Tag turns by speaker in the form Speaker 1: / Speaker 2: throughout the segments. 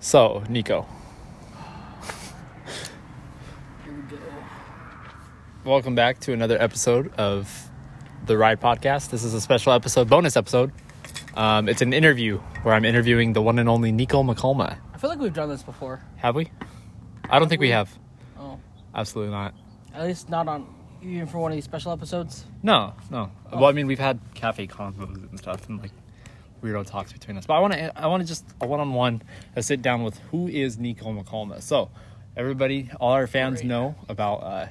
Speaker 1: So, Nico,
Speaker 2: Here we go.
Speaker 1: welcome back to another episode of the Ride Podcast. This is a special episode, bonus episode. Um, it's an interview where I'm interviewing the one and only Nico McCulma.
Speaker 2: I feel like we've done this before.
Speaker 1: Have we? I don't think we have.
Speaker 2: Oh,
Speaker 1: Absolutely not.
Speaker 2: at least not on even for one of these special episodes.
Speaker 1: No, no. Well, I mean, we've had cafe combos and stuff, and like weirdo talks between us. But I want to, I want to just a one-on-one, a sit-down with who is Nico McCalma. So, everybody, all our fans
Speaker 2: Great.
Speaker 1: know about, uh,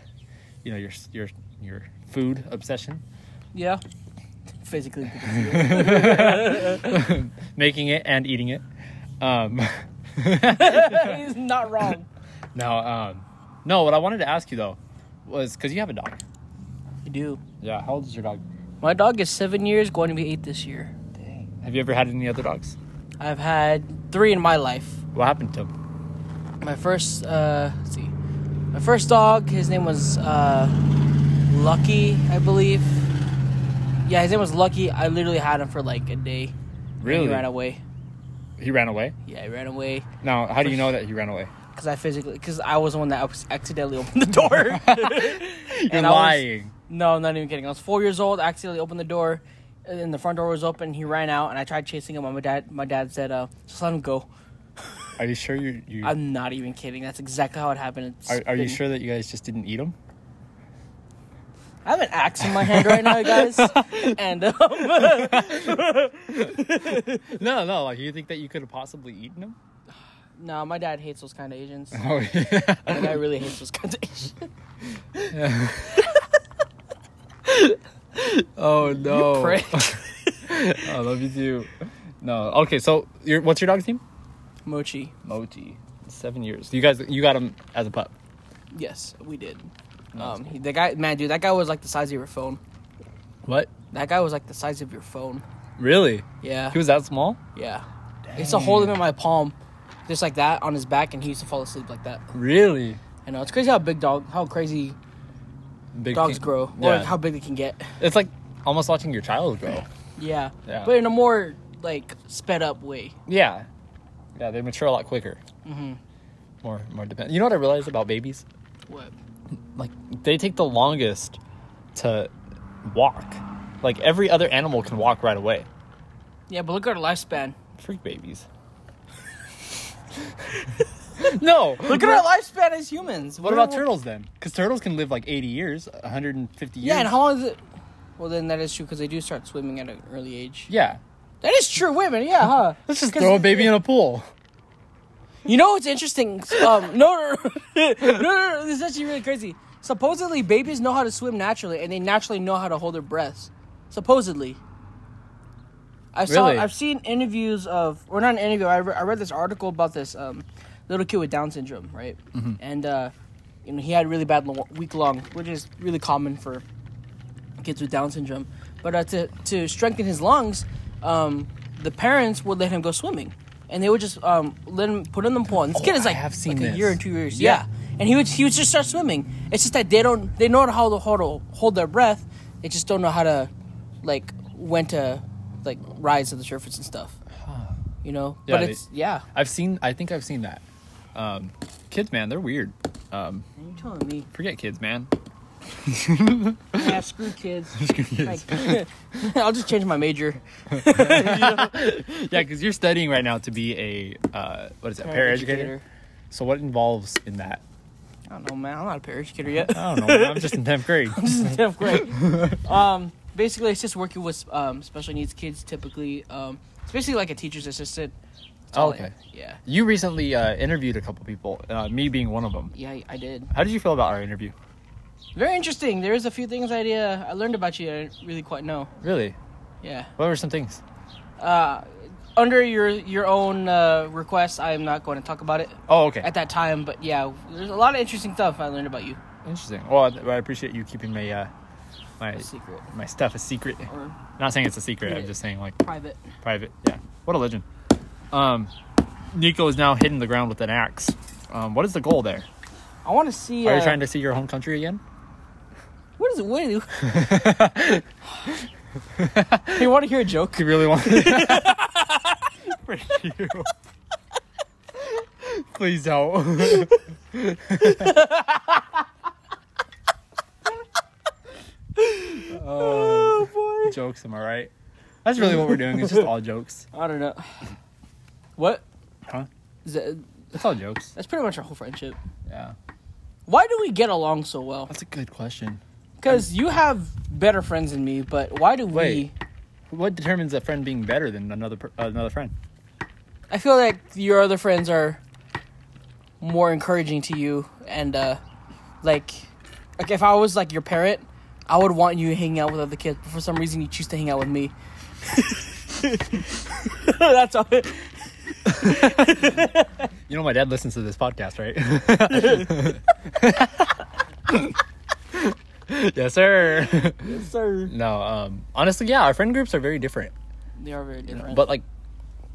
Speaker 1: you know, your your your food obsession,
Speaker 2: Yeah. Physically, you can see it.
Speaker 1: making it and eating it. Um,
Speaker 2: he's not wrong.
Speaker 1: now, um, no. What I wanted to ask you though was because you have a dog.
Speaker 2: You do.
Speaker 1: Yeah. How old is your dog?
Speaker 2: My dog is seven years, going to be eight this year.
Speaker 1: Dang. Have you ever had any other dogs?
Speaker 2: I've had three in my life.
Speaker 1: What happened to him?
Speaker 2: My first, uh, let's see, my first dog. His name was uh, Lucky, I believe. Yeah, his name was Lucky. I literally had him for like a day. and
Speaker 1: Really?
Speaker 2: He ran away.
Speaker 1: He ran away.
Speaker 2: Yeah, he ran away.
Speaker 1: Now, how do you know that he ran away?
Speaker 2: Because I physically, because I was the one that ups- accidentally opened the door.
Speaker 1: You're
Speaker 2: And I was-
Speaker 1: lying.
Speaker 2: no, I'm not even kidding. I was four years old. I accidentally opened the door, and the front door was open. He ran out, and I tried chasing him. And my dad, my dad said, uh, "Just let him go."
Speaker 1: Are you sure you? you
Speaker 2: I'm not even kidding. That's exactly how it happened. It's
Speaker 1: are, are you
Speaker 2: been-
Speaker 1: sure that you guys just didn't eat them?
Speaker 2: I have an axe in my hand right now, guys. and um,
Speaker 1: No, no. Like you think that you could have possibly eaten them?
Speaker 2: no, my dad hates those kind of Asians.
Speaker 1: Oh yeah.
Speaker 2: My dad really hates those kind of Asians.
Speaker 1: Oh no.
Speaker 2: Prick.
Speaker 1: I love you too. No. Okay. So, your, what's your dog's name?
Speaker 2: Mochi.
Speaker 1: Moti. Seven years. You guys, you got him as a pup.
Speaker 2: Yes, we did.
Speaker 1: Nice.
Speaker 2: Um, he, the guy, man, dude, that guy was like the size of your phone.
Speaker 1: What?
Speaker 2: That guy was like the size of your phone.
Speaker 1: Really?
Speaker 2: Yeah.
Speaker 1: He was that small?
Speaker 2: Yeah. I used to hold him in my palm, just like that, on his back, and he used to fall asleep like that.
Speaker 1: Really?
Speaker 2: I know it's crazy how big dog, how crazy
Speaker 1: Big
Speaker 2: dogs
Speaker 1: can-
Speaker 2: grow,
Speaker 1: Yeah.
Speaker 2: or how big they can get.
Speaker 1: it's like almost watching your child grow.
Speaker 2: Yeah.
Speaker 1: Yeah.
Speaker 2: But in a more like sped up way.
Speaker 1: Yeah. Yeah. They mature a lot quicker. Mm-hmm. More, more dependent. You know what I realized about babies?
Speaker 2: What?
Speaker 1: like they take the longest to walk. Like every other animal can walk right away.
Speaker 2: Yeah, but look at our lifespan.
Speaker 1: Freak babies. no.
Speaker 2: Look at our lifespan as humans.
Speaker 1: What about turtles then? Because turtles can live like 80 years, 150 years.
Speaker 2: Yeah, and how long is it? Well, then that is true because they do start swimming at an early age.
Speaker 1: Yeah.
Speaker 2: That is true, women. Yeah, huh?
Speaker 1: Let's just
Speaker 2: 'Cause-
Speaker 1: throw a baby in a pool.
Speaker 2: You know what's interesting? Um, no, no, no, no, no, no, this is actually really crazy. Supposedly, babies know how to swim naturally, and they naturally know how to hold their breaths. Supposedly, I saw.
Speaker 1: Really?
Speaker 2: I've seen interviews of, or not an interview. I, re- I read this article about this um, little kid with Down syndrome, right? And uh, you know, he had really bad lo- week long, which is really common for kids with Down syndrome. But uh, to to strengthen his lungs, um, the parents would let him go swimming, and they would just um, let him put him in the pool. And this
Speaker 1: Oh,
Speaker 2: kid is
Speaker 1: I
Speaker 2: like,
Speaker 1: have seen
Speaker 2: like
Speaker 1: this.
Speaker 2: a year and two years,
Speaker 1: Yeah.
Speaker 2: yeah. And he would he would just start swimming. It's just that they don't they know how to hold hold their breath. They just don't know how to like when to like rise to the surface and stuff. You know,
Speaker 1: Yeah,
Speaker 2: but
Speaker 1: they-
Speaker 2: it's yeah.
Speaker 1: I've seen, I think I've seen that. Um, kids, man, they're weird. Um,
Speaker 2: You telling me?
Speaker 1: forget kids, man.
Speaker 2: Yeah, screw kids.
Speaker 1: yeah,
Speaker 2: Like, I'll just change my major.
Speaker 1: because you're studying right now to be a, uh, what is that, paraeducator? So what involves in that?
Speaker 2: I don't know, man. I'm not a paraeducator yet.
Speaker 1: I don't know. man. I'm just in 10th grade.
Speaker 2: tenth grade. um, basically, it's just working with um, special needs kids. Typically, um, it's basically like a teacher's assistant. That's all
Speaker 1: Oh,
Speaker 2: I-
Speaker 1: Okay.
Speaker 2: Yeah.
Speaker 1: You recently uh, interviewed a couple people, uh, me being one of them.
Speaker 2: Yeah, I- I did.
Speaker 1: How did you feel about our interview?
Speaker 2: Very interesting. There is a few things I uh, I learned about you. I didn't really quite know.
Speaker 1: Really?
Speaker 2: Yeah.
Speaker 1: What were some things?
Speaker 2: Uh, under your your own uh, request, I am not going to talk about it
Speaker 1: Oh, okay.
Speaker 2: at that time. But yeah, there's a lot of interesting stuff I learned about you.
Speaker 1: Interesting. Well, I, I appreciate you keeping my uh, my
Speaker 2: A secret
Speaker 1: my stuff a secret.
Speaker 2: or
Speaker 1: Not saying it's a secret. I'm
Speaker 2: Yeah.
Speaker 1: just saying like
Speaker 2: private.
Speaker 1: private. Yeah. What a legend. Um, Nico is now hitting the ground with an axe. Um, what is the goal there?
Speaker 2: I want to see.
Speaker 1: Are
Speaker 2: uh,
Speaker 1: you trying to see your home country again?
Speaker 2: What is it? What? Is it? you want to hear a joke?
Speaker 1: You really want? Frick you. Please don't.
Speaker 2: Oh boy.
Speaker 1: Um, jokes, am I right? That's really what we're doing. It's just all jokes.
Speaker 2: I don't know. What?
Speaker 1: Huh?
Speaker 2: Is that,
Speaker 1: It's all jokes.
Speaker 2: that's pretty much our whole friendship.
Speaker 1: Yeah.
Speaker 2: Why do we get along so well?
Speaker 1: That's a good question.
Speaker 2: Because you have better friends than me, but why do
Speaker 1: Wait. What determines a friend being better than another per- another friend?
Speaker 2: we? I feel like your other friends are more encouraging to you, and uh, like, like if I was like your parent, I would want you hanging out with other kids. But for some reason, you choose to hang out with me. That's all.
Speaker 1: You know, my dad listens to this podcast, right? yes, sir.
Speaker 2: Sir,
Speaker 1: no, um, honestly, yeah, our friend groups are very different.
Speaker 2: they are very different.
Speaker 1: But like,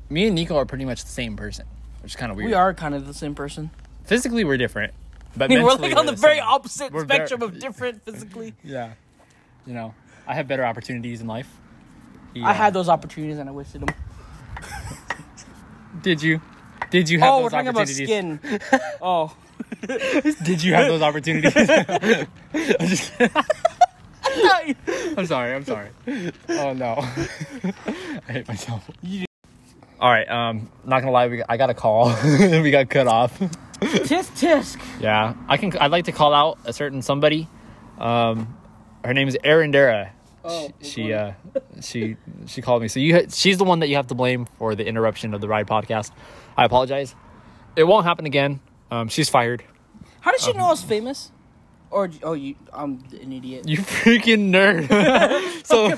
Speaker 1: me and Nico are pretty much the same person, which is kind of weird.
Speaker 2: we are kind of the same person.
Speaker 1: physically we're different, but
Speaker 2: I mean, we're
Speaker 1: mentally,
Speaker 2: like on the, very
Speaker 1: same.
Speaker 2: opposite
Speaker 1: We're very-
Speaker 2: spectrum of different physically.
Speaker 1: Yeah, you know, I have better opportunities in life.
Speaker 2: I had those opportunities and I wasted them.
Speaker 1: those. Did you? Did you have
Speaker 2: Oh, we're
Speaker 1: those
Speaker 2: talking about
Speaker 1: opportunities?
Speaker 2: skin. oh,
Speaker 1: Did you have those opportunities? I'm, just- I'm sorry. I'm sorry. Oh no, I hate myself. All right. Um, not gonna lie, we, I got a call. we got cut off.
Speaker 2: tisk tisk.
Speaker 1: Yeah, I can. I'd like to call out a certain somebody. Um, her name is Erin Dara.
Speaker 2: Oh,
Speaker 1: she she, uh, she she called me. So you, she's the one that you have to blame for the interruption of the ride podcast. I apologize. It won't happen again. Um, she's fired.
Speaker 2: How did she know I was famous? Or oh, you, I'm an idiot.
Speaker 1: You freaking nerd. so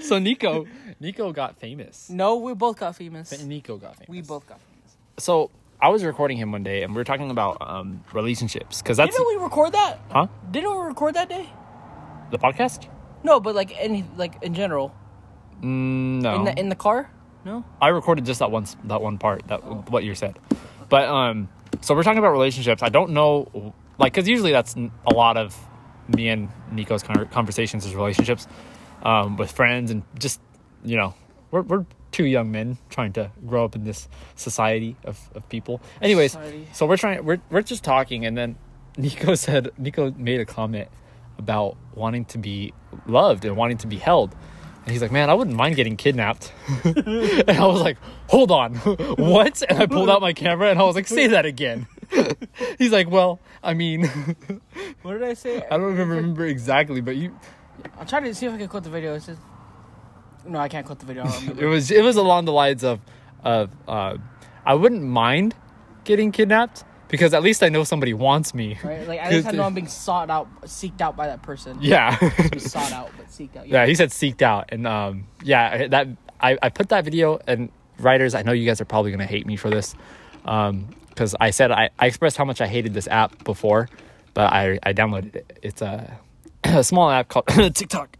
Speaker 1: so Nico Nico got famous.
Speaker 2: no, we both got famous.
Speaker 1: Nico got famous.
Speaker 2: We both got famous.
Speaker 1: So I was recording him one day, and we were talking about um, relationships because that's
Speaker 2: Didn't we record that?
Speaker 1: huh
Speaker 2: Didn't we record that day?
Speaker 1: the podcast.
Speaker 2: No, but like any like in general
Speaker 1: Mm, No,
Speaker 2: in the in the car. No.
Speaker 1: I recorded just that one that one part that what you said, but um, so we're talking about relationships. I don't know, like, because usually that's n- a lot of me and Nico's con- conversations is relationships, um, with friends and just you know, we're we're two young men trying to grow up in this society of of people. Anyways,
Speaker 2: Society.
Speaker 1: so we're trying we're we're just talking, and then Nico said Nico made a comment about wanting to be loved and wanting to be held. And he's like, man, I wouldn't mind getting kidnapped. and I was like, hold on, what? And I pulled out my camera and I was like, say that again. he's like, well, I mean,
Speaker 2: What did I say?
Speaker 1: I don't even remember exactly, but you,
Speaker 2: I'm trying to see if I can quote the video. It's just no, I can't quote the video. I don't
Speaker 1: it
Speaker 2: remember.
Speaker 1: was it was along the lines of, of uh, I wouldn't mind getting kidnapped because at least I know somebody wants me.
Speaker 2: right? Like I just had no one being sought out, seeked out by that person.
Speaker 1: Yeah.
Speaker 2: Be sought out, but seeked out.
Speaker 1: Yeah, he said seeked out, and um, yeah, that I, I put that video and writers. I know you guys are probably gonna hate me for this, um, because I said I, I expressed how much I hated this app before, but I I downloaded it. It's a, a small app called TikTok.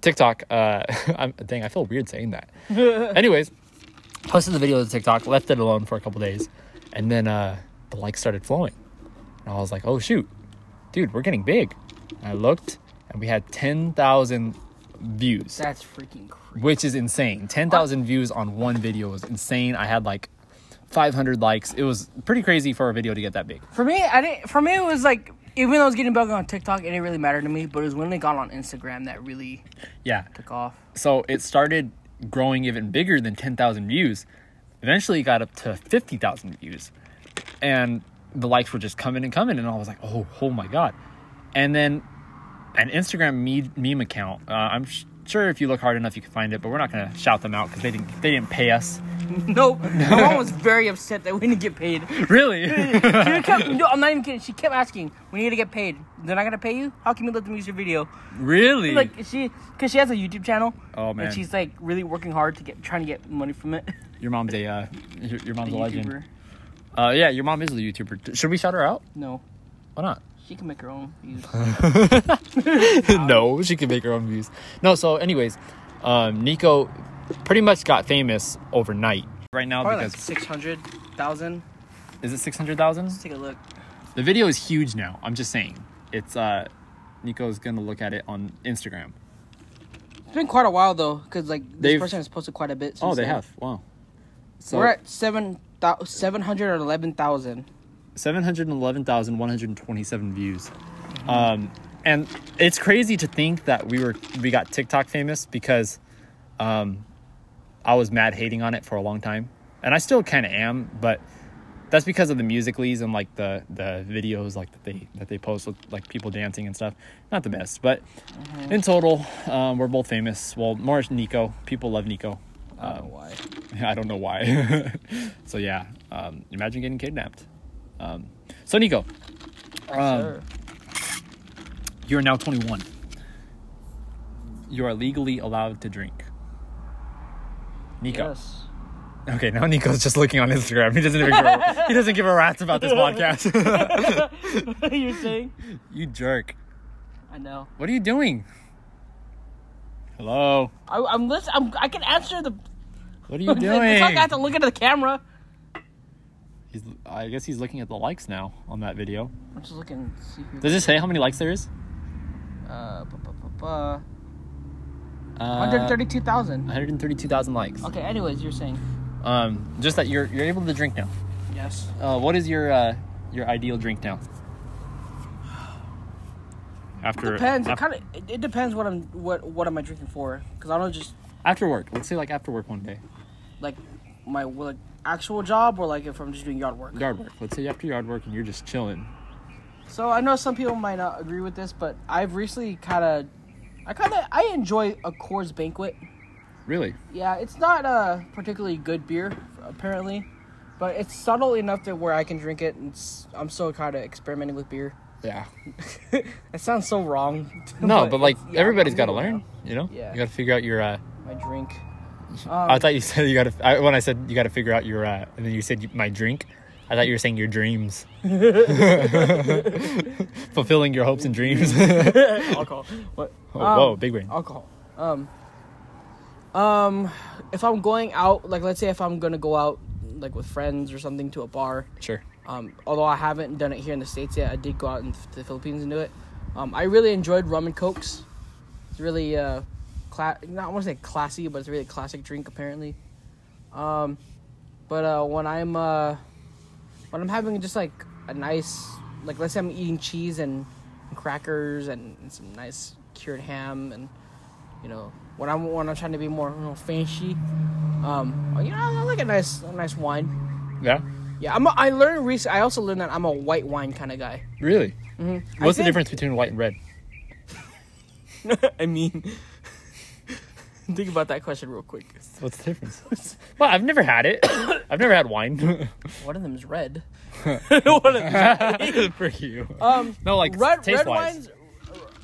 Speaker 1: TikTok. Uh, I'm, dang, I feel weird saying that. Anyways, posted the video to TikTok, left it alone for a couple days, and then uh, the likes started flowing, and I was like, oh shoot, dude, we're getting big. And I looked, and we had ten thousand views,
Speaker 2: That's freaking crazy.
Speaker 1: which is insane. Ten thousand views on one video was insane. I had like five hundred likes. It was pretty crazy for a video to get that big.
Speaker 2: For me, I didn't. For me, it was like even though I was getting bug on TikTok, it didn't really matter to me. But it was when they got on Instagram that really
Speaker 1: Yeah.
Speaker 2: took off.
Speaker 1: So it started growing even bigger than ten thousand views. Eventually, it got up to fifty thousand views, and the likes were just coming and coming. And I was like, oh, oh my god! And then an Instagram me- meme account. Uh, I'm sh- sure if you look hard enough, you can find it, but we're not gonna shout them out because they didn't they didn't pay us.
Speaker 2: Nope. My mom was very upset that we didn't get paid. She
Speaker 1: Really?
Speaker 2: would kept, no, I'm not even kidding. She kept asking, "We need to get paid. They're not gonna pay you. How can we let them use your video?"
Speaker 1: really?
Speaker 2: Like she, because she has a YouTube channel.
Speaker 1: Oh, man.
Speaker 2: And she's like really working hard to get trying to get money from it.
Speaker 1: your mom's a uh, your, your mom's a, legend.
Speaker 2: YouTuber.
Speaker 1: Uh, yeah, your mom is a YouTuber. Should we shout her out?
Speaker 2: No,
Speaker 1: Why not?
Speaker 2: she can make her own. views.
Speaker 1: no, she can make her own views. No, so anyways, um, Nico pretty much got famous overnight. Right now,
Speaker 2: Probably like
Speaker 1: because
Speaker 2: six hundred thousand.
Speaker 1: is it six hundred thousand?
Speaker 2: Let's take a look.
Speaker 1: The video is huge now. I'm just saying, it's uh, Nico's gonna look at it on Instagram.
Speaker 2: It's been quite a while though, because like this
Speaker 1: They've-
Speaker 2: person has posted quite a bit. Since
Speaker 1: Oh, they
Speaker 2: then.
Speaker 1: have. Wow. So
Speaker 2: We're at seven thou- seven hundred and eleven thousand.
Speaker 1: 711,127 views. Um, and it's crazy to think that we were we got TikTok famous because um, I was mad hating on it for a long time, and I still kind of am, but that's because of the musicallys and like the the videos like that they that they post with like people dancing and stuff. Not the best, but in total, um, we're both famous. Well, more Nico. People love Nico.
Speaker 2: I
Speaker 1: Uh,
Speaker 2: don't know Oh, why.
Speaker 1: I don't know why. so yeah, um, imagine getting kidnapped. Um, so Nico, um,
Speaker 2: Sure.
Speaker 1: you are now 21. You are legally allowed to drink. Nico.
Speaker 2: Yes.
Speaker 1: Okay, now Nico's just looking on Instagram. He doesn't even give a, he doesn't give a rat's about this podcast.
Speaker 2: You're saying?
Speaker 1: you jerk.
Speaker 2: I know.
Speaker 1: What are you doing? Hello.
Speaker 2: I, I'm listen. I'm, I can answer the.
Speaker 1: What are you
Speaker 2: It's like I have to
Speaker 1: doing?
Speaker 2: look into the camera.
Speaker 1: He's, I guess he's looking at the likes now on that video.
Speaker 2: I'm just looking. To see who.
Speaker 1: Does it say how many likes there is?
Speaker 2: Uh, bu- bu- bu- bu-
Speaker 1: Uh,
Speaker 2: 132,000.
Speaker 1: 132,000 likes.
Speaker 2: Okay, anyways, you're saying.
Speaker 1: Um, just that you're you're able to drink now.
Speaker 2: Yes.
Speaker 1: Uh, what is your uh, your ideal drink now? After
Speaker 2: Depends. It
Speaker 1: af-
Speaker 2: kind of it, it depends what I'm what what am I drinking for? Cuz I don't just
Speaker 1: after work. Let's say like after work one day.
Speaker 2: like my like actual job or like if I'm just doing yard work.
Speaker 1: Yard work. Let's say after yard work and you're just chilling.
Speaker 2: So I know some people might not agree with this, but I've recently kind of I kind of I enjoy a Coors Banquet.
Speaker 1: Really?
Speaker 2: Yeah, it's not a particularly good beer apparently, but it's subtle enough that where I can drink it and it's, I'm still kind of experimenting with beer.
Speaker 1: Yeah.
Speaker 2: that sounds so wrong.
Speaker 1: No, but, like
Speaker 2: it's- yeah,
Speaker 1: everybody's
Speaker 2: I'm
Speaker 1: got to
Speaker 2: doing it
Speaker 1: learn. You know.
Speaker 2: Yeah. Um,
Speaker 1: You got to figure out your. Uh,
Speaker 2: now. My drink.
Speaker 1: I thought you said you got to. When I said you got to figure out your, uh, and then you said you, my drink. I thought you were saying your dreams. Fulfilling your hopes and dreams. oh,
Speaker 2: alcohol. What?
Speaker 1: whoa, big brain.
Speaker 2: Alcohol. Um. Um, if I'm going out, like let's say if I'm gonna go out, like with friends or something to a bar,
Speaker 1: Sure.
Speaker 2: um, although I haven't done it here in the states yet, I did go out in to the Philippines and do it. Um, I really enjoyed rum and cokes. It's really uh, cla- not I want to say classy, but it's a really classic drink apparently. Um, but uh, when I'm uh, when I'm having just like a nice like let's say I'm eating cheese and crackers and, and some nice cured ham and you know when I'm when I'm trying to be more you know, fancy, um, you know I like a nice a nice wine.
Speaker 1: Yeah.
Speaker 2: Yeah, I'm. A, I learned recently. I also learned that I'm a white wine kind of guy.
Speaker 1: Really.
Speaker 2: Mm-hmm. I
Speaker 1: What's the
Speaker 2: think-
Speaker 1: difference between white and red?
Speaker 2: I mean, think about that question real quick.
Speaker 1: What's the difference? well, I've never had it. I've never had wine.
Speaker 2: One of them is red. One of them's
Speaker 1: For you.
Speaker 2: um,
Speaker 1: no, like
Speaker 2: red
Speaker 1: taste
Speaker 2: red
Speaker 1: wise.
Speaker 2: wines.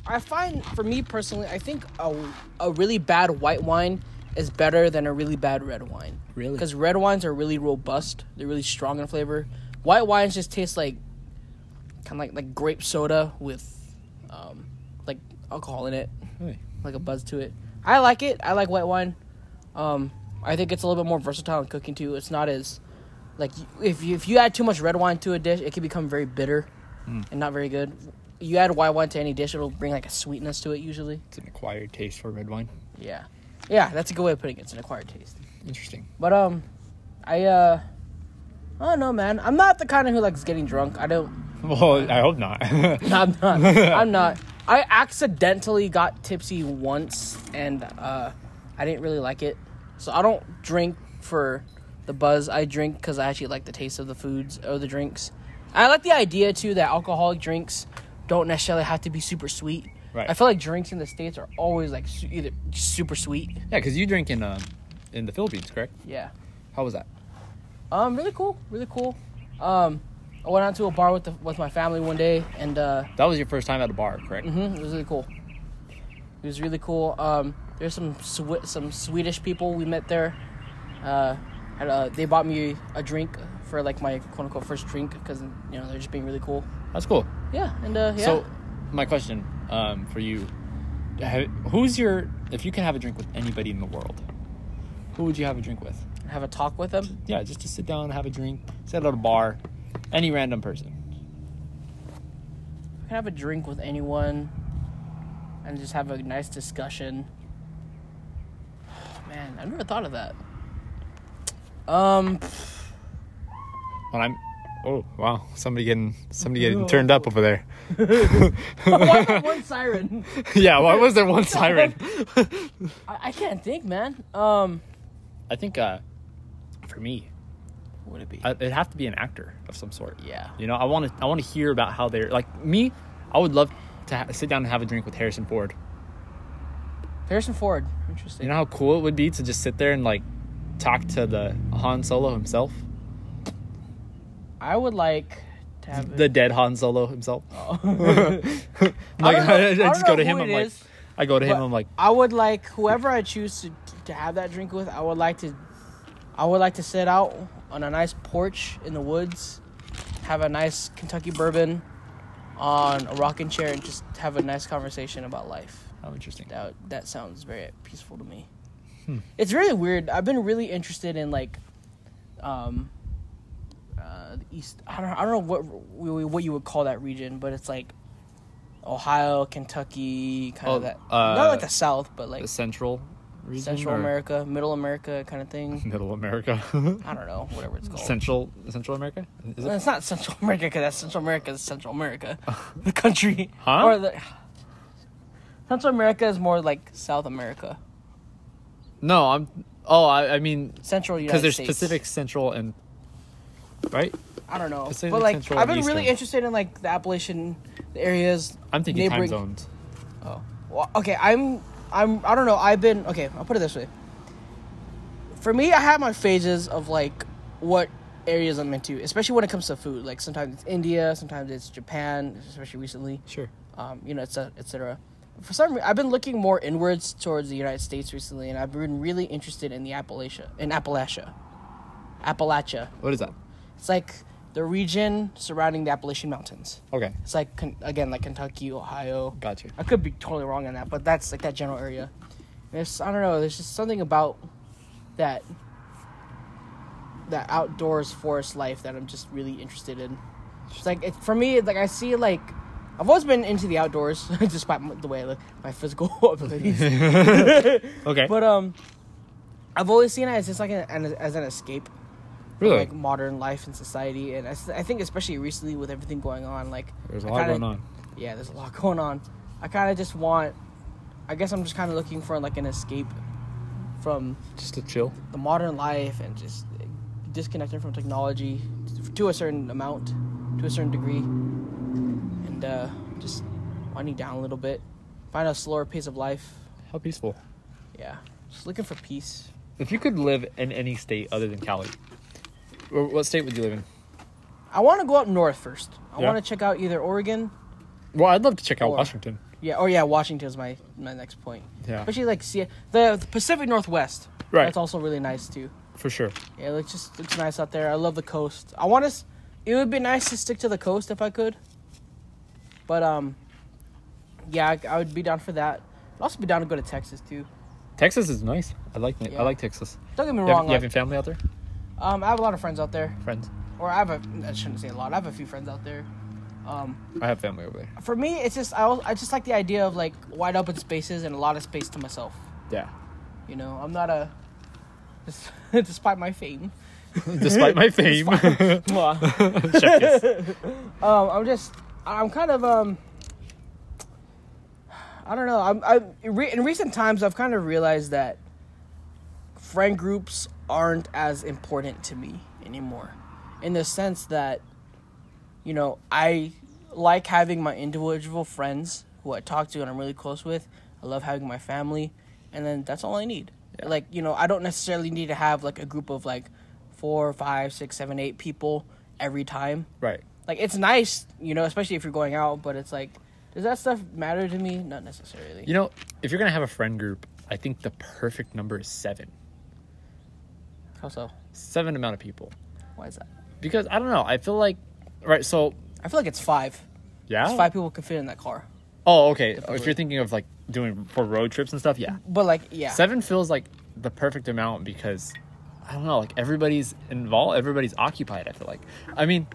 Speaker 2: I find for me personally, I think a a really bad white wine is better than a really bad red wine.
Speaker 1: Really?
Speaker 2: Because red wines are really robust. They're really strong in flavor. White wines just taste like kind of like like grape soda with um like alcohol in it.
Speaker 1: Really?
Speaker 2: like a buzz to it. I like it. I like white wine. Um, I think it's a little bit more versatile in cooking too. It's not as like you- if you if you add too much red wine to a dish, it can become very bitter and not very good. You add white wine to any dish, it'll bring like a sweetness to it usually.
Speaker 1: It's an acquired taste for red wine.
Speaker 2: Yeah, yeah, that's a good way of putting it. It's an acquired taste.
Speaker 1: Interesting.
Speaker 2: But um, I uh, I don't know, man. I'm not the kind of who likes getting drunk. I don't.
Speaker 1: Well, I hope not.
Speaker 2: I'm not. I'm not. I accidentally got tipsy once, and uh, I didn't really like it. So I don't drink for the buzz. I drink because I actually like the taste of the foods or the drinks. I like the idea too that alcoholic drinks don't necessarily have to be super sweet.
Speaker 1: Right.
Speaker 2: I feel like drinks in the states are always like su- either super sweet.
Speaker 1: yeah, because you drink in um, in the Philippines, correct?
Speaker 2: Yeah.
Speaker 1: How was that?
Speaker 2: Um. Really cool. Really cool. Um. I went out to a bar with the, with my family one day, and uh,
Speaker 1: That was your first time at a bar, correct?
Speaker 2: hmm It was really cool. It was really cool. Um, there's some Swi- some Swedish people we met there. Uh, and, uh, they bought me a drink for like my quote unquote first drink because you know they're just being really cool.
Speaker 1: That's cool.
Speaker 2: Yeah, and uh, yeah.
Speaker 1: So, my question um, for you: ha- Who's your? If you can have a drink with anybody in the world, who would you have a drink with?
Speaker 2: have a talk with them.
Speaker 1: Yeah, just to sit down, have a drink, sit at a bar, any random person.
Speaker 2: I can have a drink with anyone, and just have a nice discussion. Man, I never thought of that. Um,
Speaker 1: When I'm, oh wow, somebody getting somebody getting turned up over there.
Speaker 2: one, one siren.
Speaker 1: yeah, why was there one siren?
Speaker 2: I, I can't think, man. Um,
Speaker 1: I think uh, for me,
Speaker 2: would it be?
Speaker 1: I, it'd have to be an actor of some sort.
Speaker 2: yeah.
Speaker 1: You know, I want to I want to hear about how they're like me. I would love to ha- sit down and have a drink with Harrison Ford.
Speaker 2: Harrison Ford.
Speaker 1: You
Speaker 2: Interesting.
Speaker 1: know how cool it would be to just sit there and like talk to the Han Solo himself,
Speaker 2: I would like to have
Speaker 1: the dead Han Solo himself.
Speaker 2: I
Speaker 1: Like
Speaker 2: don't know-
Speaker 1: I,
Speaker 2: I
Speaker 1: just
Speaker 2: don't
Speaker 1: go
Speaker 2: know
Speaker 1: to him.
Speaker 2: who
Speaker 1: I'm
Speaker 2: it
Speaker 1: like,
Speaker 2: is,
Speaker 1: I go to him.
Speaker 2: but
Speaker 1: I'm like,
Speaker 2: I would like whoever I choose to, to have that drink with. I would like to, I would like to sit out on a nice porch in the woods, have a nice Kentucky bourbon, on a rocking chair, and just have a nice conversation about life.
Speaker 1: how interesting.
Speaker 2: That that sounds very peaceful to me.
Speaker 1: Hmm.
Speaker 2: It's really weird. I've been really interested in like, um, uh, the East. I don't. I don't know what we- what you would call that region, but it's like Ohio, Kentucky, kind
Speaker 1: Oh,
Speaker 2: of that.
Speaker 1: uh,
Speaker 2: Not like the South, but like
Speaker 1: The Central region,
Speaker 2: Central
Speaker 1: or
Speaker 2: America, Middle America, kind of thing.
Speaker 1: Middle America,
Speaker 2: I don't know. Whatever it's called.
Speaker 1: Central Central America. Is it?
Speaker 2: it's not Central America because that's Central America is Central America, the country.
Speaker 1: Huh?
Speaker 2: Or the, Central America is more like South America,
Speaker 1: No, I'm. Oh, I, I mean,
Speaker 2: Central United
Speaker 1: because there's
Speaker 2: States.
Speaker 1: Pacific Central and right.
Speaker 2: I don't know.
Speaker 1: Pacific
Speaker 2: but like
Speaker 1: Central
Speaker 2: I've
Speaker 1: and
Speaker 2: been really
Speaker 1: Eastern.
Speaker 2: interested in like the Appalachian areas.
Speaker 1: I'm thinking time
Speaker 2: neighboring-
Speaker 1: zones.
Speaker 2: Oh. Well, okay, I'm I'm I don't know. I've been okay, I'll put it this way. For me, I have my phases of like what areas I'm into, especially when it comes to food. Like sometimes it's India, sometimes it's Japan, especially recently.
Speaker 1: Sure.
Speaker 2: Um, you know, etc. etc. For some reason, I've been looking more inwards towards the United States recently, and I've been really interested in the Appalachia, in Appalachia, Appalachia.
Speaker 1: What is that?
Speaker 2: It's like the region surrounding the Appalachian Mountains.
Speaker 1: Okay,
Speaker 2: It's like Ken- again like Kentucky, Ohio.
Speaker 1: got you.
Speaker 2: I could be totally wrong on that, but that's like that general area. There's I don't know. There's just something about that that outdoors forest life that I'm just really interested in. It's like it, for me, like I see like I've always been into the outdoors, despite my, the way I look, my physical abilities.
Speaker 1: Okay,
Speaker 2: but um, I've always seen it as just like an, an as an escape from,
Speaker 1: really,
Speaker 2: like modern life and society, and I, s- I think especially recently with everything going on, like
Speaker 1: there's a
Speaker 2: I
Speaker 1: lot
Speaker 2: kinda-
Speaker 1: going on.
Speaker 2: yeah, there's a lot going on. I kind of just want. I guess I'm just kind of looking for like an escape from
Speaker 1: Just to chill.
Speaker 2: the modern life and just disconnecting from technology to a certain amount, to a certain degree, and uh, just winding down a little bit, find a slower pace of life.
Speaker 1: How peaceful.
Speaker 2: Yeah, just looking for peace.
Speaker 1: If you could live in any state other than Cali, wh- what state would you live in?
Speaker 2: I want to go up north first. I
Speaker 1: Yeah.
Speaker 2: want to check out either Oregon.
Speaker 1: Well, I'd love to check out
Speaker 2: Or-
Speaker 1: Washington.
Speaker 2: Yeah, or yeah, Washington is my my next point.
Speaker 1: Yeah.
Speaker 2: especially like see the, the Pacific Northwest.
Speaker 1: Right.
Speaker 2: that's also really nice too.
Speaker 1: For sure.
Speaker 2: Yeah, it looks just looks nice out there. I love the coast. I want to. It would be nice to stick to the coast if I could. But um, yeah, I, I would be down for that. I'd also be down to go to Texas too.
Speaker 1: Texas is nice. I like I
Speaker 2: Yeah.
Speaker 1: like Texas.
Speaker 2: Don't get me
Speaker 1: You have,
Speaker 2: wrong.
Speaker 1: you have
Speaker 2: like,
Speaker 1: any family out there?
Speaker 2: um, I have a lot of friends out there,
Speaker 1: Friends?
Speaker 2: or I have a. I shouldn't say a lot. I have a few friends out there. Um,
Speaker 1: I have family over there.
Speaker 2: for me, it's just I, al- I just like the idea of like wide open spaces and a lot of space to myself.
Speaker 1: Yeah.
Speaker 2: You know, I'm not a. Despite my fame,
Speaker 1: Despite my fame. Check yes.
Speaker 2: Um, I'm just, I'm kind of, um, I don't know. I'm, I'm in re- in recent times, I've kind of realized that friend groups aren't as important to me anymore, in the sense that, you know, I like having my individual friends who I talk to and I'm really close with. I love having my family, and then that's all I need. Like, you know, I don't necessarily need to have like a group of like four, five, six, seven, eight people every time
Speaker 1: Right.
Speaker 2: like it's nice, you know, especially if you're going out, but it's like does that stuff matter to me? Not necessarily.
Speaker 1: You know, if you're gonna have a friend group, I think the perfect number is seven.
Speaker 2: Also,
Speaker 1: Seven amount of people.
Speaker 2: why is that?
Speaker 1: Because I don't know, I feel like right, so
Speaker 2: I feel like it's five.
Speaker 1: yeah.
Speaker 2: It's five people can fit in that car.
Speaker 1: Oh, okay. If you're thinking of like doing for road trips and stuff, yeah.
Speaker 2: But like yeah.
Speaker 1: Seven feels like the perfect amount because I don't know, like everybody's involved, everybody's occupied. I feel like. I mean,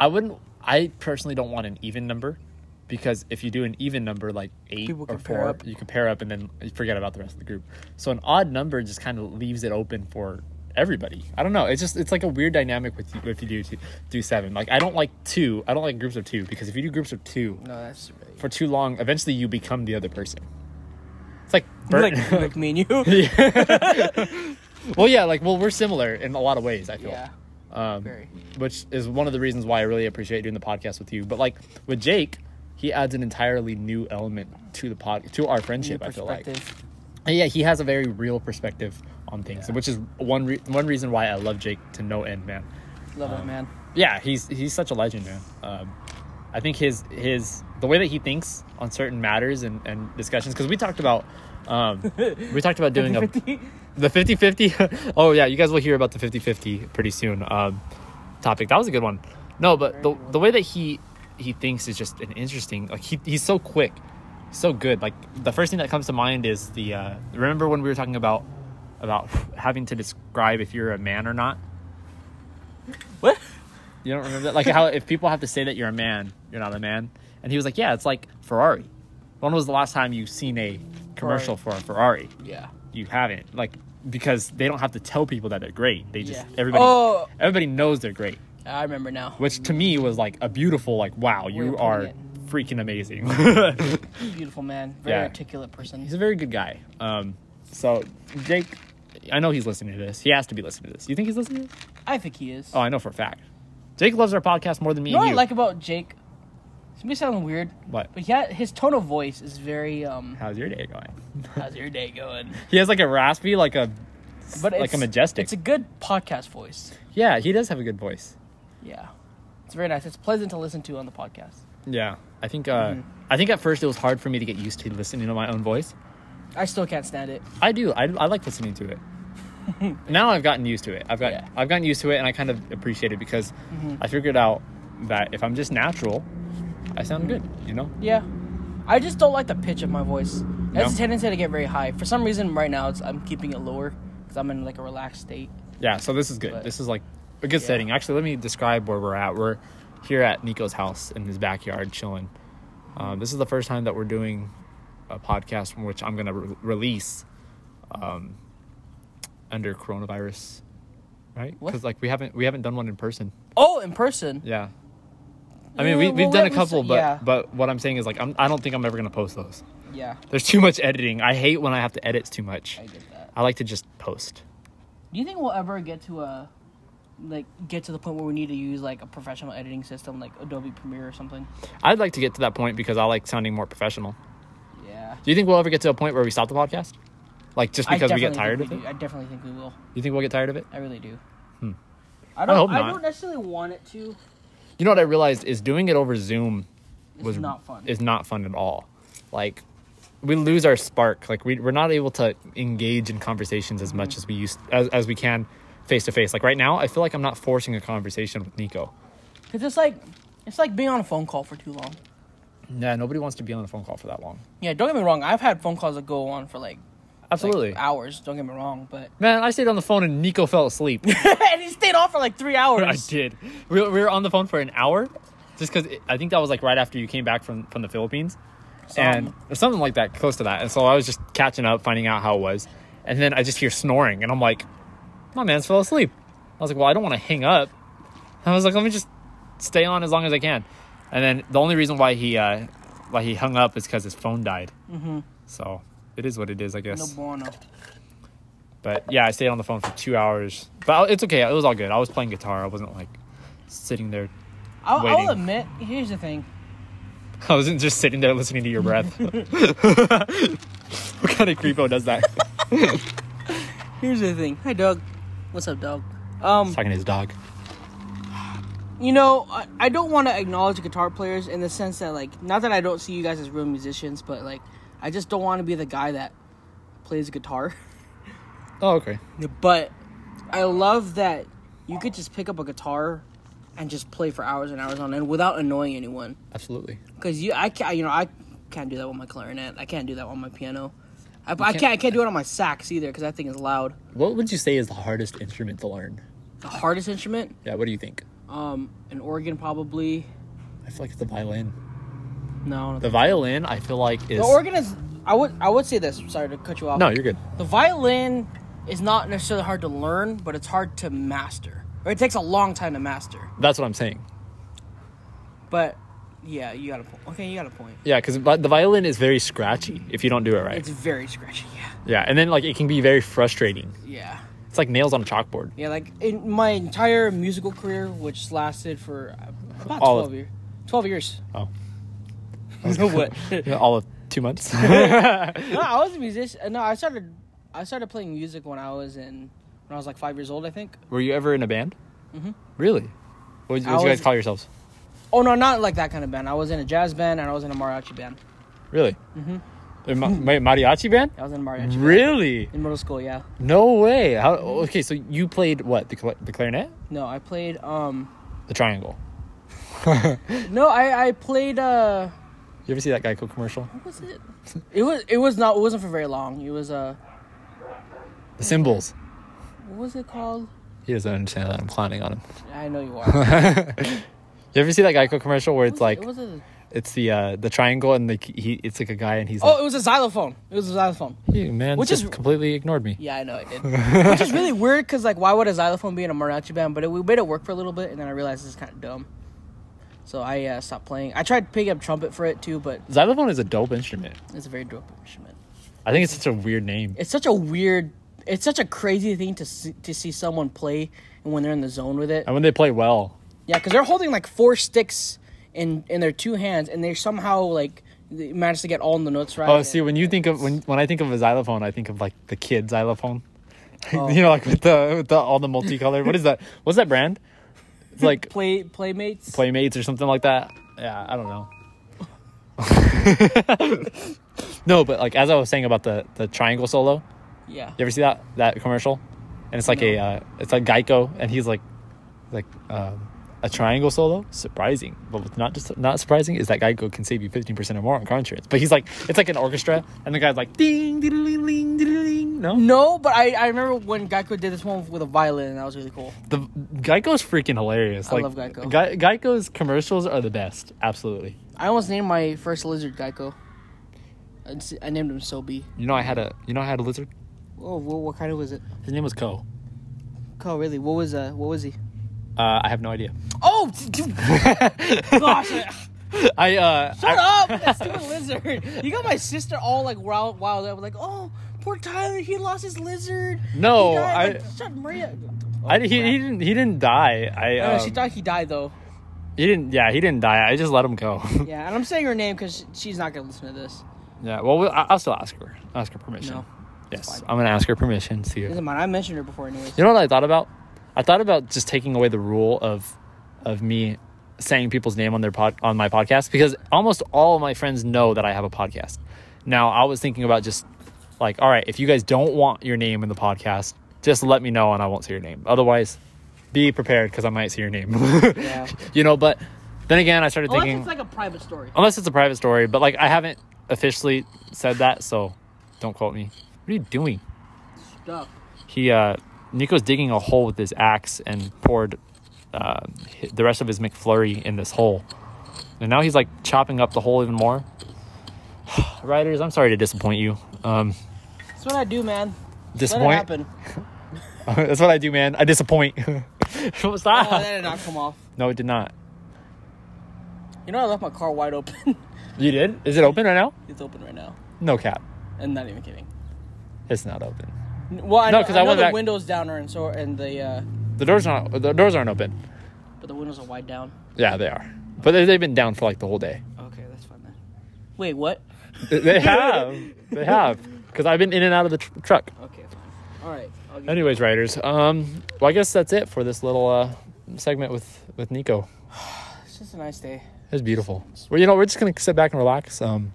Speaker 1: I wouldn't. I personally don't want an even number because if you do an even number, like eight
Speaker 2: People
Speaker 1: or
Speaker 2: can pair
Speaker 1: four,
Speaker 2: up.
Speaker 1: you can pair up and then you forget about the rest of the group. So an odd number just kind of leaves it open for everybody. I don't know. It's just it's like a weird dynamic with you, if you do two, do seven. Like I don't like two. I don't like groups of two because if you do groups of two
Speaker 2: No, that's really
Speaker 1: for too long, eventually you become the other person. It's like Bert.
Speaker 2: like, like me and you.
Speaker 1: well, yeah, like well we're similar in a lot of ways. I feel.
Speaker 2: yeah.
Speaker 1: Um,
Speaker 2: Very.
Speaker 1: which is one of the reasons why I really appreciate doing the podcast with you. But like with Jake, he adds an entirely new element to the pod to our
Speaker 2: New
Speaker 1: friendship. I feel like,
Speaker 2: perspective.
Speaker 1: And yeah, he has a very real perspective on things, which is one re- one reason why I love Jake to no end, man.
Speaker 2: Love
Speaker 1: Um,
Speaker 2: it, man.
Speaker 1: Yeah, he's he's such a legend, man. Um, I think his his the way that he thinks on certain matters and, and discussions because we talked about um, we talked about doing a the 50 50 oh yeah you guys will hear about the 50 50 pretty soon um topic that was a good one no but the,
Speaker 2: Very good
Speaker 1: the way that he he thinks is just an interesting like he, he's so quick so good like the first thing that comes to mind is the uh remember when we were talking about about having to describe if you're a man or not
Speaker 2: What?
Speaker 1: you don't remember that like how if people have to say that you're a man you're not a man and he was like yeah it's like ferrari when was the last time you've seen a commercial for a ferrari
Speaker 2: Yeah.
Speaker 1: you haven't like because they don't have to tell people that they're great they just
Speaker 2: Yeah.
Speaker 1: everybody
Speaker 2: Oh.
Speaker 1: everybody knows they're great
Speaker 2: I remember now.
Speaker 1: which to me was like a beautiful like wow
Speaker 2: Way
Speaker 1: you
Speaker 2: of
Speaker 1: are
Speaker 2: putting
Speaker 1: freaking amazing
Speaker 2: Beautiful man. Very
Speaker 1: Yeah.
Speaker 2: articulate person.
Speaker 1: he's a very good guy um so jake i know he's listening to this he has to be listening to this you think he's listening to this?
Speaker 2: I think he is.
Speaker 1: oh i know for a fact jake loves our podcast more than me
Speaker 2: you know
Speaker 1: and
Speaker 2: what I
Speaker 1: you
Speaker 2: like about Jake? It's gonna sound weird,
Speaker 1: what
Speaker 2: but yeah, his tone of voice is very um.
Speaker 1: how's your day going
Speaker 2: How's your day going?
Speaker 1: he has like a raspy like a
Speaker 2: But
Speaker 1: like a
Speaker 2: it's-
Speaker 1: majestic
Speaker 2: It's a good podcast voice.
Speaker 1: yeah he does have a good voice
Speaker 2: Yeah, it's very nice. It's pleasant to listen to on the podcast.
Speaker 1: yeah i think uh
Speaker 2: Mm-hmm.
Speaker 1: i think at first it was hard for me to get used to listening to my own voice
Speaker 2: I still can't stand it.
Speaker 1: I do. I, I like listening to it. now I've gotten used to it. I've got
Speaker 2: Yeah. Mm-hmm.
Speaker 1: I've gotten used to it, and I kind of appreciate it because I figured out that if I'm just natural, I sound good. You know?
Speaker 2: Yeah, I just don't like the pitch of my voice. It
Speaker 1: No.
Speaker 2: has a tendency to get very high. For some reason, right now, it's I'm keeping it lower because I'm in like a relaxed state.
Speaker 1: Yeah. So this is good.
Speaker 2: But-
Speaker 1: this is like a good
Speaker 2: Yeah.
Speaker 1: setting. Actually, let me describe where we're at. We're here at Nico's house in his backyard, chilling. Uh, this is the first time that we're doing a podcast, from which I'm gonna re- release um, under coronavirus, right?
Speaker 2: What?
Speaker 1: Because like we haven't we haven't done one in person.
Speaker 2: Oh, in person.
Speaker 1: Yeah. I mean, we,
Speaker 2: Yeah,
Speaker 1: we've
Speaker 2: well,
Speaker 1: done a
Speaker 2: let me
Speaker 1: couple,
Speaker 2: say-
Speaker 1: but
Speaker 2: yeah.
Speaker 1: but what I'm saying is like I'm, I don't think I'm ever gonna post those.
Speaker 2: Yeah,
Speaker 1: There's too much editing. I hate when I have to edit too much.
Speaker 2: I get that.
Speaker 1: I like to just post.
Speaker 2: Do you think we'll ever get to a like get to the point where we need to use like a professional editing system like Adobe Premiere or something?
Speaker 1: I'd like to get to that point because I like sounding more professional.
Speaker 2: Yeah.
Speaker 1: Do you think we'll ever get to a point where we stop the podcast? Like just because we get tired of it?
Speaker 2: I definitely think we will.
Speaker 1: You think we'll get tired of it?
Speaker 2: I really do. I don't. I,
Speaker 1: hope not.
Speaker 2: don't necessarily want it to.
Speaker 1: You know what I realized is doing it over Zoom
Speaker 2: It's
Speaker 1: was
Speaker 2: not fun.
Speaker 1: Is not fun at all. Like we lose our spark. Like we we're not able to engage in conversations as
Speaker 2: Mm-hmm.
Speaker 1: much as we used as, as we can face to face. Like right now, I feel like I'm not forcing a conversation with Nico.
Speaker 2: Cause it's like it's like being on a phone call for too long.
Speaker 1: Yeah, nobody wants to be on a phone call for that long.
Speaker 2: Yeah, don't get me wrong. I've had phone calls that go on for like, like,
Speaker 1: Absolutely.
Speaker 2: hours. Don't get me wrong, but
Speaker 1: Man, I stayed on the phone and Nico fell asleep.
Speaker 2: and he stayed on for like three hours.
Speaker 1: I did. We, we were on the phone for an hour, just because I think that was like right after you came back from from the Philippines, and or something like that, close to that. And so I was just catching up, finding out how it was, and then I just hear snoring, and I'm like, my man's fell asleep. I was like, well, I don't want to hang up. I was like, let me just stay on as long as I can. And then the only reason why he uh, why he hung up is because his phone died. Mm-hmm. So it is what it is, I guess.
Speaker 2: No bueno.
Speaker 1: But yeah, I stayed on the phone for two hours. But it's okay. It was all good. I was playing guitar. I wasn't like sitting there.
Speaker 2: I'll, I'll
Speaker 1: Waiting.
Speaker 2: admit. Here's the thing.
Speaker 1: I wasn't just sitting there listening to your breath. what kind of creepo does that?
Speaker 2: Here's the thing. Hi, Doug. What's up, Doug? Um,
Speaker 1: Talking to his dog.
Speaker 2: you know, I, I don't want to acknowledge guitar players in the sense that, like, not that I don't see you guys as real musicians, but like, I just don't want to be the guy that plays guitar.
Speaker 1: Oh, okay.
Speaker 2: But I love that you could just pick up a guitar and just play for hours and hours on end without annoying anyone.
Speaker 1: Absolutely.
Speaker 2: Cause you, I can't, you know, I can't do that with my clarinet. I can't do that on my piano. I, I
Speaker 1: can't-
Speaker 2: can't, I can't do it on my sax either, cause that thing is loud.
Speaker 1: What would you say is the hardest instrument to learn?
Speaker 2: The hardest instrument,
Speaker 1: Yeah, what do you think?
Speaker 2: um, an organ probably.
Speaker 1: I feel like it's the violin.
Speaker 2: No, I don't
Speaker 1: The violin, I feel like, is.
Speaker 2: The organ is. I would. I would say this. Sorry to cut you off.
Speaker 1: No, you're good.
Speaker 2: The violin is not necessarily hard to learn, but it's hard to master. Or it takes a long time to master.
Speaker 1: That's what I'm saying.
Speaker 2: But yeah, you got a point. Okay, you got a point.
Speaker 1: Yeah, because the violin is very scratchy if you don't do it right.
Speaker 2: It's very scratchy. Yeah.
Speaker 1: yeah, and then like it can be very frustrating.
Speaker 2: Yeah.
Speaker 1: It's like nails on a chalkboard.
Speaker 2: Yeah, like in my entire musical career, which lasted for about
Speaker 1: All of-
Speaker 2: 12 years. 12 years.
Speaker 1: Oh,
Speaker 2: what?
Speaker 1: all of two months.
Speaker 2: no, I was a musician. No, I started I started playing music when I was in when I was like 5 years old, I think.
Speaker 1: Were you ever in a band? Really? What did
Speaker 2: Mm-hmm. I
Speaker 1: you guys
Speaker 2: was-
Speaker 1: call yourselves?
Speaker 2: Oh no, not like that kind of band. I was in a jazz band and I was in a mariachi band.
Speaker 1: Really? Mm-hmm. mariachi band?
Speaker 2: I was in a mariachi
Speaker 1: Mm-hmm.
Speaker 2: band.
Speaker 1: Really?
Speaker 2: In middle school, yeah.
Speaker 1: No way. How, okay, so you played what? The, cla- the clarinet?
Speaker 2: No, I played um
Speaker 1: The triangle.
Speaker 2: No, I I played uh
Speaker 1: You ever see that Geico commercial?
Speaker 2: what was it? It was it was not it wasn't for very long. It was uh
Speaker 1: The cymbals.
Speaker 2: what was it called?
Speaker 1: He doesn't understand that I'm clowning on him.
Speaker 2: I know you are.
Speaker 1: You ever see that Geico commercial where it's like
Speaker 2: What was it?
Speaker 1: it's the uh, the triangle and the he it's like a guy and he's
Speaker 2: Oh, it was a xylophone. It was a xylophone.
Speaker 1: like, "You man,
Speaker 2: which
Speaker 1: just
Speaker 2: is-
Speaker 1: completely ignored me."
Speaker 2: Yeah, I know I did. Which is really weird because, like, why would a xylophone be in a mariachi band? But it, we made it work for a little bit, and then I realized this is kind of dumb. So I uh, stopped playing. I tried picking up trumpet for it too, but
Speaker 1: Xylophone is a dope instrument.
Speaker 2: it's a very dope instrument.
Speaker 1: I think it's such a weird name.
Speaker 2: It's such a weird, it's such a crazy thing to see, to see someone play and when they're in the zone with it.
Speaker 1: And when they play well,
Speaker 2: Yeah, because they're holding like four sticks in in their two hands, and they somehow like they managed to get all the notes right.
Speaker 1: Oh, see, when you think of when when I think of a xylophone, I think of like the kid xylophone.
Speaker 2: Oh.
Speaker 1: you know, like with the with the all the multicolored. what is that? What's that brand? It's like
Speaker 2: play playmates.
Speaker 1: Playmates or something like that. Yeah, I don't know. no, but like as I was saying about the the triangle solo,
Speaker 2: yeah.
Speaker 1: you ever see that that commercial? And it's like a uh, it's like Geico, and he's like like um, a triangle solo. Surprising, but what's not just not surprising is that Geico can save you fifteen percent or more on car insurance. But he's like it's like an orchestra, and the guy's like ding ding ding ding ding. No,
Speaker 2: No, but I, I remember when Geico did this one with a violin, and that was really cool.
Speaker 1: the Geico's freaking hilarious.
Speaker 2: I
Speaker 1: like
Speaker 2: love Geico.
Speaker 1: Ge- Geico's commercials are the best. Absolutely.
Speaker 2: I almost named my first lizard Geico. I s- I named him Sobe.
Speaker 1: You know I had a you know I had a lizard.
Speaker 2: Oh, what, what kind of was it?
Speaker 1: His name was Co.
Speaker 2: Oh, really? What was uh? What was he?
Speaker 1: Uh, I have no idea.
Speaker 2: Oh, d- dude, gosh! I-
Speaker 1: I uh,
Speaker 2: Shut
Speaker 1: I-
Speaker 2: up! with That stupid lizard. You got my sister all like wild, wild. I was like, oh, poor Tyler. He lost his lizard.
Speaker 1: No,
Speaker 2: He died,
Speaker 1: I-
Speaker 2: like, shut Maria.
Speaker 1: I, he, he didn't he didn't die. I
Speaker 2: No,
Speaker 1: um,
Speaker 2: she thought he died though.
Speaker 1: he didn't yeah he didn't die. I just let him go.
Speaker 2: Yeah, and I'm saying her name because she's not gonna listen to this.
Speaker 1: yeah. Well, we- I- I'll still ask her ask her permission.
Speaker 2: No,
Speaker 1: yes,
Speaker 2: fine.
Speaker 1: I'm gonna ask her permission. See. If,
Speaker 2: Doesn't matter. I mentioned her before, anyways.
Speaker 1: you know what I thought about? I thought about just taking away the rule of of me saying people's name on their pod on my podcast because almost all of my friends know that I have a podcast. Now I was thinking about just like all right, if you guys don't want your name in the podcast, just let me know and I won't say your name. Otherwise, be prepared because I might say your name.
Speaker 2: Yeah.
Speaker 1: you know, but then again, I started
Speaker 2: Unless
Speaker 1: thinking
Speaker 2: it's like a private story.
Speaker 1: unless it's a private story, but like I haven't officially said that, so don't quote me. What are you doing?
Speaker 2: Stuff.
Speaker 1: he uh Nico's digging a hole with his axe and poured uh, hi- the rest of his McFlurry in this hole. And now he's like chopping up the hole even more. Riders, I'm sorry to disappoint you. Um,
Speaker 2: That's what I do, man. Let it
Speaker 1: disappoint.
Speaker 2: happen.
Speaker 1: That's what I do, man. I disappoint. Stop.
Speaker 2: Oh, that did not come off.
Speaker 1: no, it did not.
Speaker 2: You know, I left my car wide open.
Speaker 1: You did? Is it open right now?
Speaker 2: it's open right now.
Speaker 1: No cap.
Speaker 2: I'm not even kidding.
Speaker 1: It's not open.
Speaker 2: N- Well, I
Speaker 1: No,
Speaker 2: know,
Speaker 1: 'cause
Speaker 2: I
Speaker 1: I
Speaker 2: know
Speaker 1: went
Speaker 2: the
Speaker 1: back-
Speaker 2: windows down are and so and the uh,
Speaker 1: The doors not. The doors aren't open.
Speaker 2: but the windows are wide down.
Speaker 1: Yeah, they are. But they- they've been down for like the whole day.
Speaker 2: Okay, that's fine then. Wait, what?
Speaker 1: they have. They have. Because I've been in and out of the tr- truck.
Speaker 2: Okay, fine. All right. I'll give
Speaker 1: Anyways, writers. Um, well, I guess that's it for this little uh, segment with with Nico.
Speaker 2: It's just a nice day.
Speaker 1: It was beautiful. Well, you know, we're just gonna sit back and relax. Um,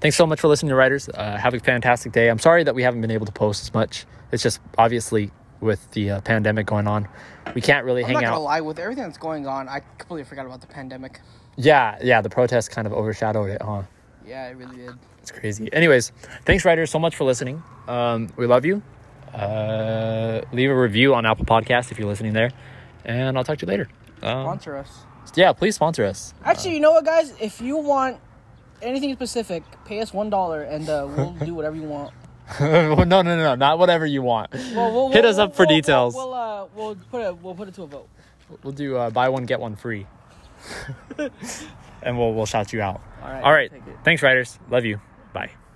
Speaker 1: thanks so much for listening, to writers. Uh, have a fantastic day. I'm sorry that we haven't been able to post as much. It's just obviously with the uh, pandemic going on, we can't really
Speaker 2: I'm
Speaker 1: hang
Speaker 2: not
Speaker 1: out.
Speaker 2: gonna lie. With everything that's going on, I completely forgot about the pandemic.
Speaker 1: Yeah, yeah. The protests kind of overshadowed it, huh?
Speaker 2: Yeah, I really did.
Speaker 1: It's crazy. Anyways, thanks, writers, so much for listening. Um, we love you. Uh, leave a review on Apple Podcast if you're listening there, and I'll talk to you later. Um,
Speaker 2: Sponsor us.
Speaker 1: yeah, please sponsor us.
Speaker 2: Actually, you know what, guys? If you want anything specific, pay us one dollar and uh, we'll do whatever you want.
Speaker 1: no, no, no, no, not whatever you want.
Speaker 2: Well, we'll-
Speaker 1: Hit
Speaker 2: we'll-
Speaker 1: us up for
Speaker 2: we'll-
Speaker 1: details.
Speaker 2: We'll, uh, we'll put it. We'll put it to a vote.
Speaker 1: We'll do uh, buy one get one free, and we'll we'll shout you out.
Speaker 2: All right,
Speaker 1: All right.
Speaker 2: take it.
Speaker 1: Thanks, writers. Love you. Bye.